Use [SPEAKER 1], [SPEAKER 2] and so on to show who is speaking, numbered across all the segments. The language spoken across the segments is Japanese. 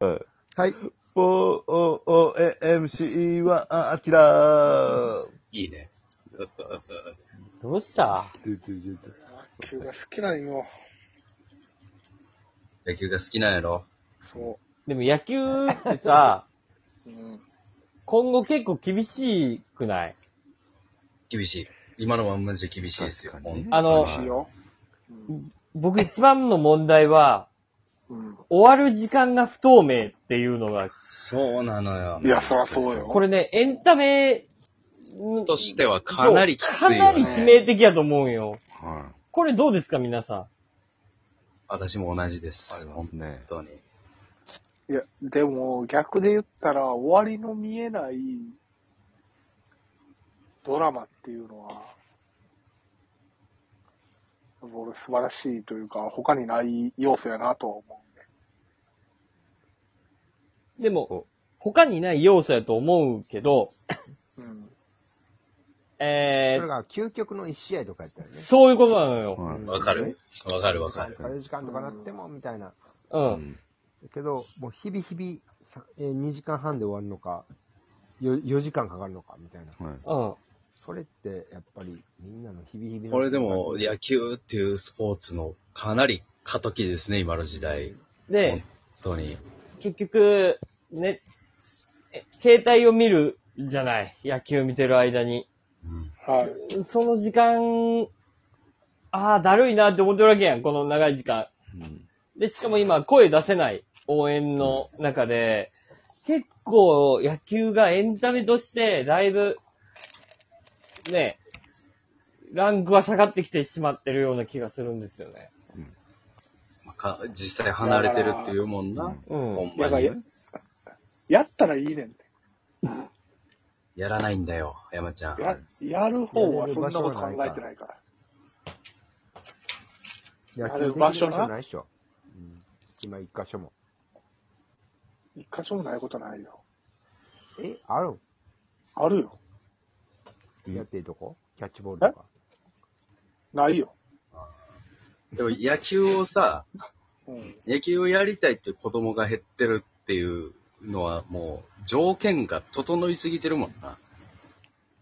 [SPEAKER 1] うん。
[SPEAKER 2] はい。
[SPEAKER 1] 4 o o a m c は、アキラー。
[SPEAKER 3] いいね。
[SPEAKER 4] どうした
[SPEAKER 2] 野球が好きなんよ。
[SPEAKER 3] 野球が好きなんやろ
[SPEAKER 2] そ
[SPEAKER 4] でも野球っ てさ、
[SPEAKER 2] う。うん。
[SPEAKER 4] 今後結構厳しくない
[SPEAKER 3] 厳しい。今のまんまじゃ厳しいですよ。
[SPEAKER 1] 確かにね
[SPEAKER 3] ほん
[SPEAKER 4] あの
[SPEAKER 2] 美味、しいよ。うん。
[SPEAKER 4] 僕一番の問題は、
[SPEAKER 2] うん。
[SPEAKER 4] 終わる時間が不透明っていうのが、
[SPEAKER 3] そうなのよ。
[SPEAKER 2] いや、そらそうよ。
[SPEAKER 4] これね、エンタメ
[SPEAKER 3] としてはかなりきつい
[SPEAKER 4] かな
[SPEAKER 3] よ、
[SPEAKER 4] り
[SPEAKER 3] ね。
[SPEAKER 4] 致命的やと思うよ。
[SPEAKER 1] は
[SPEAKER 4] これどうですか、皆さ
[SPEAKER 3] 私も同じで
[SPEAKER 1] い。あ
[SPEAKER 3] す。
[SPEAKER 1] りま
[SPEAKER 3] 本
[SPEAKER 1] すね。
[SPEAKER 3] 当に。
[SPEAKER 2] いや、でも逆で言ったら、終わりの見えないドラマっていうのは、俺素晴らしいというか、他にない要素やなとは思うんで。
[SPEAKER 4] ん。でも、他にない要素やと思うけど、
[SPEAKER 2] うん。
[SPEAKER 4] え
[SPEAKER 5] それが究極の一試合とかやったよね
[SPEAKER 4] ー、。そういうことなのよ。
[SPEAKER 1] はい
[SPEAKER 3] わかる。わかるわかる。
[SPEAKER 5] あれ時間とかなっても、みたいな。
[SPEAKER 4] う。
[SPEAKER 1] うんん。
[SPEAKER 5] けど、もう日々日々、さえー2時間半で終わるのか、よ4時間かかるのか、みたいな。
[SPEAKER 1] はい。
[SPEAKER 4] うん。
[SPEAKER 5] それって、やっぱり、みんなの日々日々の
[SPEAKER 3] これでも、野球っていうスポーツのかなり過渡期ですね、今の時代。
[SPEAKER 4] で、
[SPEAKER 3] 本当に。
[SPEAKER 4] 結局、ね、え携帯を見るじゃない。野球見てる間に。
[SPEAKER 3] うん
[SPEAKER 2] はい。
[SPEAKER 4] その時間、ああ、だるいなって思ってるわけやん。この長い時間。
[SPEAKER 1] うん
[SPEAKER 4] で、しかも今、声出せない応援の中で、結構野球がエンタメとして、だいぶ、ね、ランクは下がってきてしまってるような気がするんですよね。
[SPEAKER 3] まあか実際離れてるっていうもんな。
[SPEAKER 4] う
[SPEAKER 3] ほ
[SPEAKER 4] ん。
[SPEAKER 3] ん
[SPEAKER 2] や
[SPEAKER 3] ま
[SPEAKER 2] ばい
[SPEAKER 3] に
[SPEAKER 2] や。、やったらいいねんて。
[SPEAKER 3] やらないんだよ、山ちゃん。
[SPEAKER 2] や、やる方はそんなこと考えてないから。
[SPEAKER 5] 野
[SPEAKER 2] あ
[SPEAKER 5] 球
[SPEAKER 2] れ
[SPEAKER 5] できる
[SPEAKER 2] 場
[SPEAKER 5] 場
[SPEAKER 2] 所
[SPEAKER 5] 所
[SPEAKER 2] な
[SPEAKER 5] ないでしょ。うん。今一箇所も。
[SPEAKER 2] 一箇所もないことないよ。
[SPEAKER 5] え、ある
[SPEAKER 2] あるよ。
[SPEAKER 1] うん
[SPEAKER 5] やっていいとこキャッチボールとか。
[SPEAKER 2] ないよ。
[SPEAKER 3] でも野球をさ、
[SPEAKER 2] うん。
[SPEAKER 3] 野球をやりたいっていう子供が減ってるっていうのはもう条件が整いすぎてるもんな。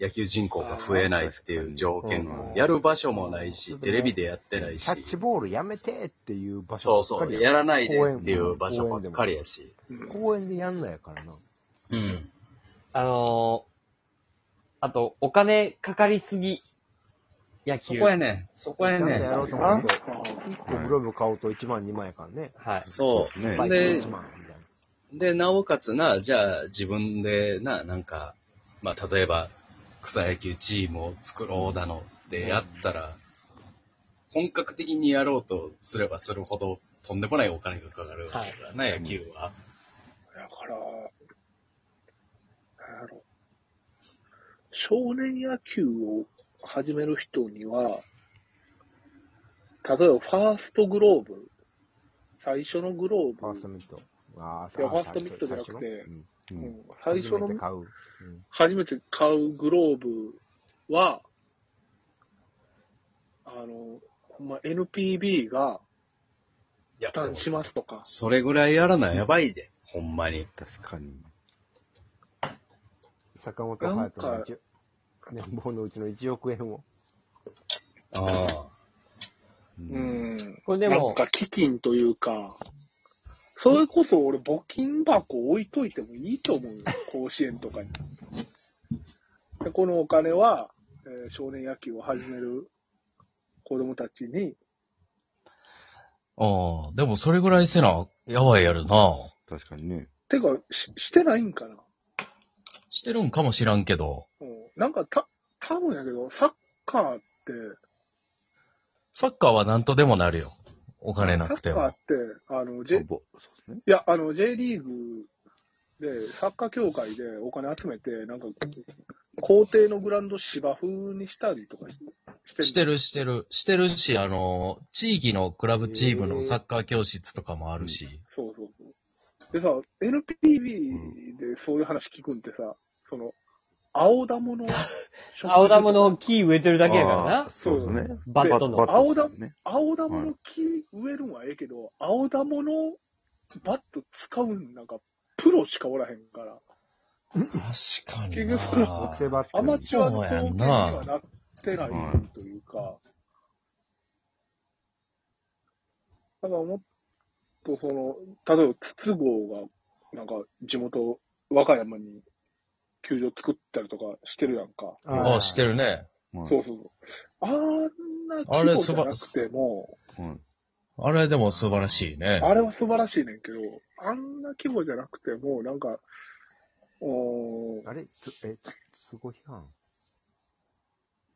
[SPEAKER 3] 野球人口が増えないっていう条件
[SPEAKER 5] あー確か
[SPEAKER 3] も
[SPEAKER 5] に
[SPEAKER 3] やる場所もないし、テレビでやってない
[SPEAKER 5] キャッチ
[SPEAKER 3] し。
[SPEAKER 5] ボールやめてっていう場
[SPEAKER 3] そ
[SPEAKER 5] 所
[SPEAKER 3] うそ
[SPEAKER 5] ばっ
[SPEAKER 3] う、
[SPEAKER 5] かり
[SPEAKER 3] や
[SPEAKER 5] や
[SPEAKER 3] らないでっていう場所ばっかりやし。
[SPEAKER 5] 公園でやんないからな。
[SPEAKER 3] うん。
[SPEAKER 4] あのー、あと、お金かかりすぎ。野
[SPEAKER 3] そ
[SPEAKER 4] 球。
[SPEAKER 3] こやね。そこや
[SPEAKER 5] ちゃんと
[SPEAKER 3] ね
[SPEAKER 5] や。ろうと
[SPEAKER 2] あ
[SPEAKER 5] 思
[SPEAKER 2] う
[SPEAKER 5] うと、1個グローブ買おうと1万2万やからね。
[SPEAKER 4] はい。
[SPEAKER 3] そう。
[SPEAKER 1] ね
[SPEAKER 5] バイク
[SPEAKER 3] で
[SPEAKER 5] 1万みたいな。
[SPEAKER 3] で、なおかつな、じゃあ自分でな、なんか、まあ、例えば、草野球チームを作ろうだのでやったら、本格的にやろうとすればするほど、とんでもないお金がかかるわけだからな、野球は。
[SPEAKER 2] だから、なんやろ。少年野球を始める人には、例えばファーストグローブ、最初のグロ
[SPEAKER 5] ファー
[SPEAKER 2] ー
[SPEAKER 5] スト
[SPEAKER 2] ブ、
[SPEAKER 5] ミット。あ
[SPEAKER 2] いやファーストミットじゃなくて
[SPEAKER 1] う。
[SPEAKER 2] うんん最初
[SPEAKER 5] 初めて
[SPEAKER 2] の
[SPEAKER 5] 買う。
[SPEAKER 2] 初めて買うグローブは、あの、ほんま NPB が
[SPEAKER 3] いや
[SPEAKER 2] 負担しますとか、
[SPEAKER 3] それぐらいやらな、やばいで。ほんまに。
[SPEAKER 1] 確かに。
[SPEAKER 5] 坂本隼人の一年俸のうちの1億円を。
[SPEAKER 3] あ
[SPEAKER 1] う
[SPEAKER 2] う。ん、
[SPEAKER 4] これで
[SPEAKER 2] なん
[SPEAKER 4] も、
[SPEAKER 2] か基金というか、それこそ俺募金箱置いといてもいいと思うよ。甲子園とかに。でこのお金は、えー少年野球を始める子供たちに、
[SPEAKER 3] あ。ああ、でもそれぐらいせな、やばいやるな。
[SPEAKER 1] 確かにね。
[SPEAKER 2] てか、ししてないんかな。
[SPEAKER 3] してるんかもしらんけど、
[SPEAKER 2] うん、なんかた、多分やけど、サッカーって、
[SPEAKER 3] サッカーはなんとでもなるよ。お金
[SPEAKER 2] サッカーって、あの、J、
[SPEAKER 1] ほ
[SPEAKER 2] い
[SPEAKER 1] ぼ。そうですね。
[SPEAKER 2] や、あの、J リーグで、サッカー協会でお金集めて、なんか、校庭のグラウンド芝風にしたりとかしして
[SPEAKER 3] してるしてる。してるし、あの、地域のクラブチームのサッカー教室とかもあるし。
[SPEAKER 2] そうそうそう。でさ、NPB でそういう話聞くんってさ、その、青玉の植物、
[SPEAKER 4] 青玉の木植えてるだけやから
[SPEAKER 1] あー
[SPEAKER 4] な。
[SPEAKER 1] そうですね。
[SPEAKER 4] バットの。
[SPEAKER 1] バットですね。
[SPEAKER 2] 青玉の木植えるんはええけど、青玉のバット使うん、なんか、プロしかおらへんから、
[SPEAKER 3] 確かに
[SPEAKER 2] 結局その
[SPEAKER 5] 木製
[SPEAKER 3] な。
[SPEAKER 5] バット。
[SPEAKER 2] アマチュア
[SPEAKER 3] そ
[SPEAKER 2] の
[SPEAKER 3] うや
[SPEAKER 2] 貢献
[SPEAKER 3] ん
[SPEAKER 2] に
[SPEAKER 3] な
[SPEAKER 2] はなってないというか、だからもっとその、例えば筒香が、なんか、地元、和歌山に球場作ったりとかしてるやんか。
[SPEAKER 3] あ、してるね。
[SPEAKER 1] うん
[SPEAKER 2] そうそうそう。あんな規模じゃなくても、
[SPEAKER 1] うん
[SPEAKER 3] あれでも素晴らしいね。
[SPEAKER 2] あれは素晴らしいねんけど、あんな規模じゃなくても、なんか、おー
[SPEAKER 5] あれつえ、つご批判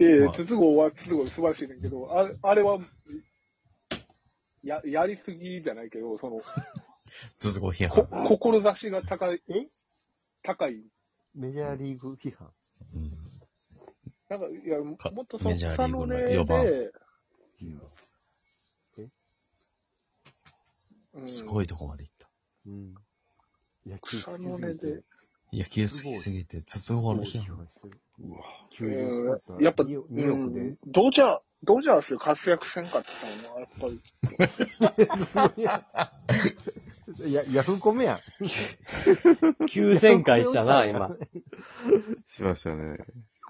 [SPEAKER 2] いやい
[SPEAKER 3] ま
[SPEAKER 2] や、
[SPEAKER 3] あ
[SPEAKER 2] 筒香は筒香で素晴らしいねんけど、ああれは、や、やりすぎじゃないけど、その、
[SPEAKER 3] 筒子批
[SPEAKER 2] こ
[SPEAKER 3] 判。、
[SPEAKER 2] 志が高い、
[SPEAKER 5] え
[SPEAKER 2] 高い。
[SPEAKER 5] メジャーリーグ批判。
[SPEAKER 3] うん
[SPEAKER 2] なんか、いや、も
[SPEAKER 3] か
[SPEAKER 2] っとその
[SPEAKER 3] メジャーリ
[SPEAKER 2] 草
[SPEAKER 3] ーグの
[SPEAKER 2] の根で、
[SPEAKER 3] 四番
[SPEAKER 2] うん
[SPEAKER 3] すごいとこまで行った。
[SPEAKER 5] うん。野球
[SPEAKER 2] 草の根で、
[SPEAKER 3] 野球好きすぎて、筒子の
[SPEAKER 5] 批
[SPEAKER 3] 批判。
[SPEAKER 5] 判してる。
[SPEAKER 1] うわ
[SPEAKER 5] 球場使ったら、
[SPEAKER 2] やっぱ
[SPEAKER 5] ニュニューヨーク
[SPEAKER 2] う
[SPEAKER 5] で
[SPEAKER 2] ん、ドジャー、ドジャース活躍せんかったのな、やっぱり。
[SPEAKER 5] や、ヤフコメやん。
[SPEAKER 4] 急旋回したな、今。
[SPEAKER 1] しましたね。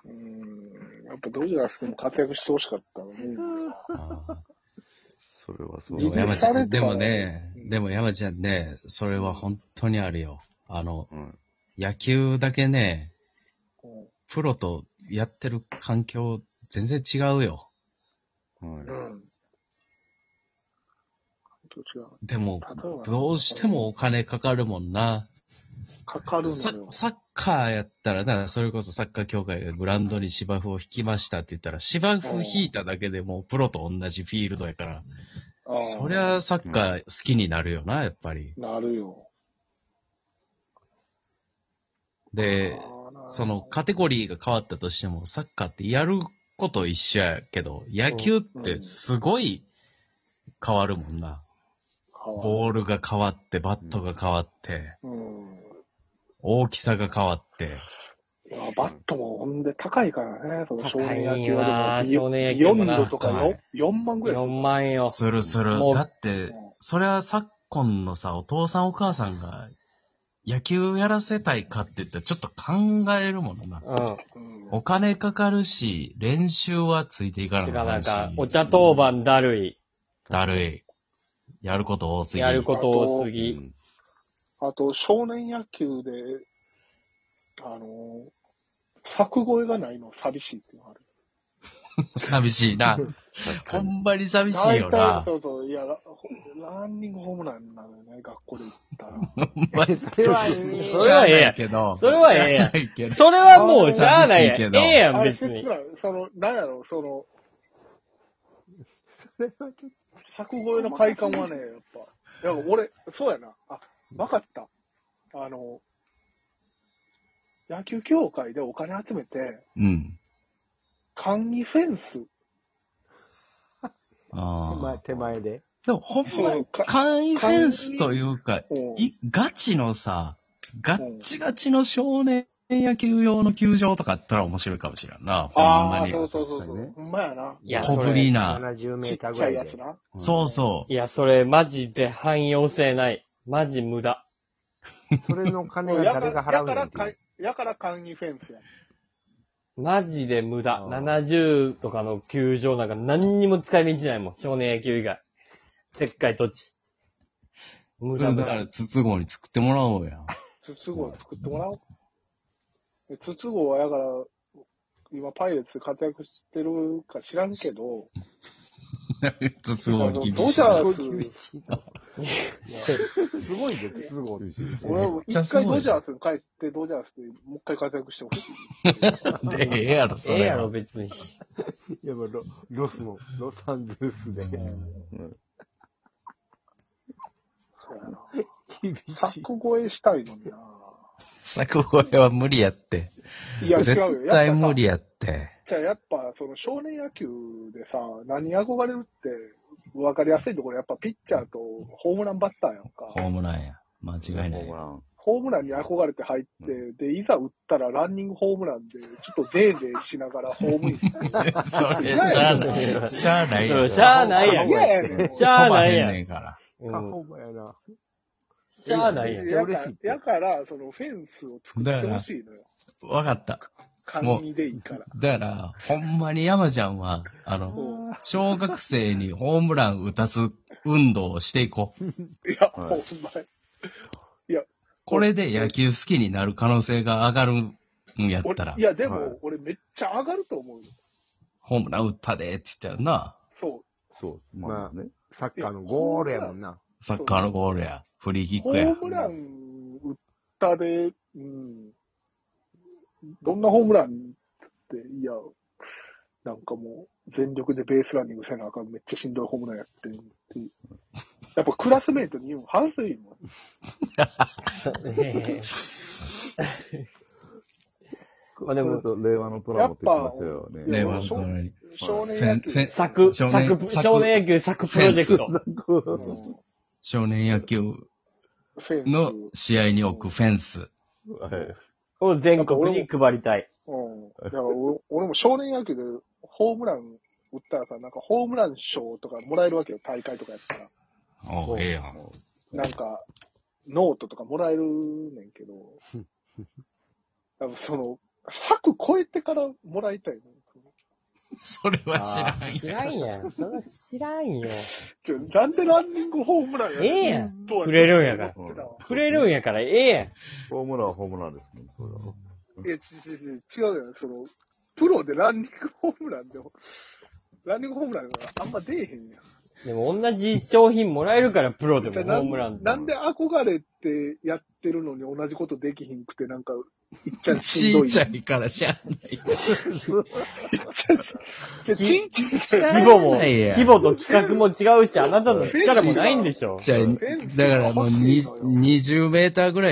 [SPEAKER 2] うん、やっぱドジャースでも活躍してほしかったのに。
[SPEAKER 3] あ
[SPEAKER 1] それはそう
[SPEAKER 3] ーで
[SPEAKER 1] だね。
[SPEAKER 3] も山ちゃん、でもね、
[SPEAKER 2] うん
[SPEAKER 3] でも山ちゃんね、それは本当にあるよ。あの、
[SPEAKER 1] うん。
[SPEAKER 3] 野球だけね、
[SPEAKER 2] うん
[SPEAKER 3] プロとやってる環境全然違うよ。
[SPEAKER 1] はい。
[SPEAKER 2] うん。本当違う。
[SPEAKER 3] でも、
[SPEAKER 2] 例えば
[SPEAKER 3] どうしてもお金かかるもんな。
[SPEAKER 2] かかる
[SPEAKER 3] サ
[SPEAKER 2] のよ
[SPEAKER 3] ッ。サッカーやったらな、それこそサッカー協会がグラウンドに芝生を引きましたって言ったら、芝生引いただけでもうプロと同じフィールドやから、
[SPEAKER 2] あー
[SPEAKER 3] そりゃサッカー好きになるよな、やっぱり。
[SPEAKER 2] なるよ。
[SPEAKER 3] で、
[SPEAKER 2] あーなる
[SPEAKER 3] そのカテゴリーが変わったとしても、サッカーってやること一緒やけど、野球ってすごい変わるもんな。ボールが変わって、バットが変わって、
[SPEAKER 2] うん。
[SPEAKER 3] 大きさが変わって。
[SPEAKER 2] いや、バットもほんで高いからね、その少年野
[SPEAKER 4] 高い
[SPEAKER 2] 球
[SPEAKER 4] わ
[SPEAKER 2] でも。
[SPEAKER 4] 少年野球もな
[SPEAKER 2] 4度とか
[SPEAKER 3] 高い
[SPEAKER 2] 4, 四万ぐらい。
[SPEAKER 4] 4万よ。
[SPEAKER 3] するする
[SPEAKER 4] も。う
[SPEAKER 3] だって、それは昨今のさ、お父さんお母さんが野球やらせたいかって言ったらちょっと考えるものな。
[SPEAKER 4] うん。
[SPEAKER 2] うん
[SPEAKER 3] お金かかるし、練習はついていかな
[SPEAKER 4] て
[SPEAKER 3] き
[SPEAKER 4] か
[SPEAKER 3] ゃ
[SPEAKER 4] なんか、お
[SPEAKER 3] し、
[SPEAKER 4] 茶当番だるい。
[SPEAKER 3] だるい。やること多すぎ
[SPEAKER 4] やること多すぎ。
[SPEAKER 2] あと、少年野球で、あのー、作越えがないの寂しいっていうのがある。
[SPEAKER 3] 寂しい な。ほんまに寂しいよ
[SPEAKER 2] 大体
[SPEAKER 3] な。
[SPEAKER 2] そうそう、いや、ラランニングホームランなのよね、学校で行ったら。
[SPEAKER 3] ほんまに
[SPEAKER 5] それ は、え
[SPEAKER 4] それはええやん
[SPEAKER 3] 知らないけど。
[SPEAKER 4] それはええや
[SPEAKER 3] 知
[SPEAKER 4] ん
[SPEAKER 3] らないけど
[SPEAKER 4] それはもうしゃあない
[SPEAKER 3] 寂し
[SPEAKER 4] やん。
[SPEAKER 3] いけ
[SPEAKER 4] え
[SPEAKER 3] ど
[SPEAKER 4] えやん、
[SPEAKER 2] あれ、
[SPEAKER 4] 別
[SPEAKER 2] 切
[SPEAKER 4] に。
[SPEAKER 2] ない。その、なんやろ、その、
[SPEAKER 5] それはちょっ
[SPEAKER 2] 作越えの快感はね、やっぱ。いや、俺、そうやな。あ、わかった。あの、野球協会でお金集めて、
[SPEAKER 3] うん。
[SPEAKER 2] 簡易フェンス。
[SPEAKER 5] と手
[SPEAKER 3] あ
[SPEAKER 5] 前
[SPEAKER 3] あ。
[SPEAKER 5] 手前で。
[SPEAKER 3] でもほんまに
[SPEAKER 2] そうか
[SPEAKER 3] 簡易フェンスというか、
[SPEAKER 2] うん
[SPEAKER 3] い、ガチのさ、ガッチガチの少年野球用の球場とかあったら面白いかもしれんな。ほん
[SPEAKER 2] あ
[SPEAKER 3] ま
[SPEAKER 2] あ、
[SPEAKER 3] に。
[SPEAKER 2] そうそうそうそ
[SPEAKER 1] 確かに
[SPEAKER 2] う
[SPEAKER 1] ね。
[SPEAKER 2] ほんまやな。
[SPEAKER 4] いや、
[SPEAKER 3] 小
[SPEAKER 4] そ
[SPEAKER 3] ぶ
[SPEAKER 4] れ。
[SPEAKER 3] り
[SPEAKER 4] い
[SPEAKER 3] な。
[SPEAKER 5] 70メ
[SPEAKER 2] ち
[SPEAKER 5] ー
[SPEAKER 2] っ
[SPEAKER 5] ターぐ
[SPEAKER 2] ちゃ
[SPEAKER 5] ら
[SPEAKER 2] い
[SPEAKER 5] い
[SPEAKER 2] や
[SPEAKER 5] で
[SPEAKER 2] つ。な。
[SPEAKER 3] そうそう。
[SPEAKER 4] や、それマジで汎用性ない。マジ無駄。
[SPEAKER 5] それの金が
[SPEAKER 2] やか
[SPEAKER 5] 誰が払
[SPEAKER 2] や
[SPEAKER 5] うね
[SPEAKER 2] か
[SPEAKER 5] んっ
[SPEAKER 2] ら
[SPEAKER 5] てい
[SPEAKER 2] か
[SPEAKER 5] う。、
[SPEAKER 2] やから簡易フェンスや。
[SPEAKER 4] マジで無駄。
[SPEAKER 5] あー
[SPEAKER 4] 70とかの球場なんか何にも使い道ないもん。少年野球以外。せっかい土地。無
[SPEAKER 3] そ
[SPEAKER 4] 駄
[SPEAKER 3] れ
[SPEAKER 4] 無
[SPEAKER 3] だから
[SPEAKER 4] 駄。
[SPEAKER 3] 筒香に作ってもらおうや ん。
[SPEAKER 2] 筒香作ってもらおう。で筒香はやから、今パイレーツで活躍してるか知らんけど、
[SPEAKER 3] 筒香に厳しい
[SPEAKER 2] どうした
[SPEAKER 3] な。
[SPEAKER 2] ら
[SPEAKER 5] すごい厳しいなすごいです、すごい。
[SPEAKER 2] 俺は
[SPEAKER 3] ちゃ
[SPEAKER 2] 一
[SPEAKER 3] すご
[SPEAKER 2] 回
[SPEAKER 3] い
[SPEAKER 2] ドジャースに帰って、ドジャースでもう一回活躍してほしい。
[SPEAKER 3] でええやろ、そ
[SPEAKER 4] ええ
[SPEAKER 3] れ
[SPEAKER 4] や
[SPEAKER 3] は
[SPEAKER 4] ろ、。別に。
[SPEAKER 5] やっぱロロスの、ロサンゼルスで。
[SPEAKER 2] そうやな。
[SPEAKER 5] 厳しい。
[SPEAKER 2] 柵越えしたいのにな。
[SPEAKER 3] 作越えは無理やって。
[SPEAKER 2] いや、違
[SPEAKER 3] 絶
[SPEAKER 2] うよ。
[SPEAKER 3] 対無理
[SPEAKER 2] やっ
[SPEAKER 3] やって。
[SPEAKER 2] ぱさ。じゃあやっぱ、その少年野球でさ、何に憧れるって、分かりやすいところ、やっぱピッチャーとホームランバッターやんか
[SPEAKER 3] ホ。ームランや。
[SPEAKER 1] ホ
[SPEAKER 3] 間違いな
[SPEAKER 1] ー
[SPEAKER 3] い
[SPEAKER 1] ム。ラン。
[SPEAKER 2] ホームランに憧れて入って、で、いざ打ったらランニングホームランで、ちょっとデーデーしながらホームイ ン。
[SPEAKER 3] それ、しゃあない。しゃあないや
[SPEAKER 4] うん
[SPEAKER 3] ろ。
[SPEAKER 4] しゃあないやん
[SPEAKER 2] いやいやいや
[SPEAKER 4] しゃあな
[SPEAKER 3] 飛ば
[SPEAKER 4] い
[SPEAKER 3] へん
[SPEAKER 4] や
[SPEAKER 3] ね
[SPEAKER 4] ん。
[SPEAKER 3] んから。
[SPEAKER 5] 過
[SPEAKER 4] うん
[SPEAKER 5] 保護やな。
[SPEAKER 4] しゃあない やん。
[SPEAKER 5] めっちゃ嬉しいって
[SPEAKER 2] やから、そのフェンスを作ってほしいのよ。
[SPEAKER 3] わかった。もう
[SPEAKER 2] 簡易でいいから。
[SPEAKER 3] だから、ほんまに山ちゃんは、あの、
[SPEAKER 2] そう
[SPEAKER 3] 小学生にホームラン打たす運動をしていこう。
[SPEAKER 2] いや、ほん
[SPEAKER 1] はい
[SPEAKER 2] まに。
[SPEAKER 3] これで野球好きになる可能性が上がるんやったら
[SPEAKER 2] 俺い、や、でも、
[SPEAKER 1] はい
[SPEAKER 2] 俺めっちゃ上がると思うよ。
[SPEAKER 3] ホームラン打ったでって言ったよな。
[SPEAKER 2] そう。
[SPEAKER 1] そう、まあね。
[SPEAKER 5] サッカーのゴールやもんな。
[SPEAKER 3] サッカーのゴールや、フリーキッ
[SPEAKER 2] ホ
[SPEAKER 3] クや。
[SPEAKER 2] ームラン打ったで、うん。どんなホームランって、いや、なんかもう、全力でベースランニングせなあかん、めっちゃしんどいホームランやってんっていう。やっぱクラスメイトに言うの、反省いもん。
[SPEAKER 4] まあでも
[SPEAKER 1] それと令和のトラボって言ってましたよね。
[SPEAKER 2] や
[SPEAKER 3] 令
[SPEAKER 2] っぱ
[SPEAKER 3] 和のそれに。
[SPEAKER 2] 少年野球。
[SPEAKER 3] フェンフ
[SPEAKER 4] 作、
[SPEAKER 3] 少
[SPEAKER 4] 作、
[SPEAKER 3] 年作
[SPEAKER 4] 少年野球作プロジェクト。
[SPEAKER 2] うん
[SPEAKER 3] 少年野球
[SPEAKER 2] フェンス
[SPEAKER 3] の試合に置くフェン ス。
[SPEAKER 1] はい。
[SPEAKER 4] を全国に配りたい。
[SPEAKER 2] うん。だから俺俺も少年野球でホームラン打ったらさ、なんかホームラン賞とかもらえるわけよ、大会とかやったら。
[SPEAKER 3] おうええやん。
[SPEAKER 2] なんか、ノートとかもらえるねんけど、多分その、柵超えてからもらいたいね
[SPEAKER 3] それは知ら
[SPEAKER 4] あー知
[SPEAKER 3] ん
[SPEAKER 4] ら
[SPEAKER 3] や
[SPEAKER 4] んやん。それは知らんよ。
[SPEAKER 2] ちょなんでランニングホームランや
[SPEAKER 4] ええやん
[SPEAKER 2] とは
[SPEAKER 4] 触れるんやから
[SPEAKER 2] 思ってたわ
[SPEAKER 4] 触れるんやからええやん。
[SPEAKER 1] ホームランはホームランですもん、それは。
[SPEAKER 2] いや、ちちち違うよ、その、プロでランニングホームランでも、ランニングホームランがあんま出えへんやん。
[SPEAKER 4] でも同じ商品もらえるからプロでもホームランでも
[SPEAKER 2] なんで憧れてやってるのに同じことできひんくて、なんか、いっちゃんしん
[SPEAKER 3] ち
[SPEAKER 2] どい。
[SPEAKER 3] いちゃいからしゃあない。
[SPEAKER 2] ちゃちんちゃい
[SPEAKER 4] 規模も、
[SPEAKER 3] いや
[SPEAKER 4] 規模と企画も違うし、あなたの力もないんでしょ。
[SPEAKER 3] じゃあだからもうに20メーターぐらい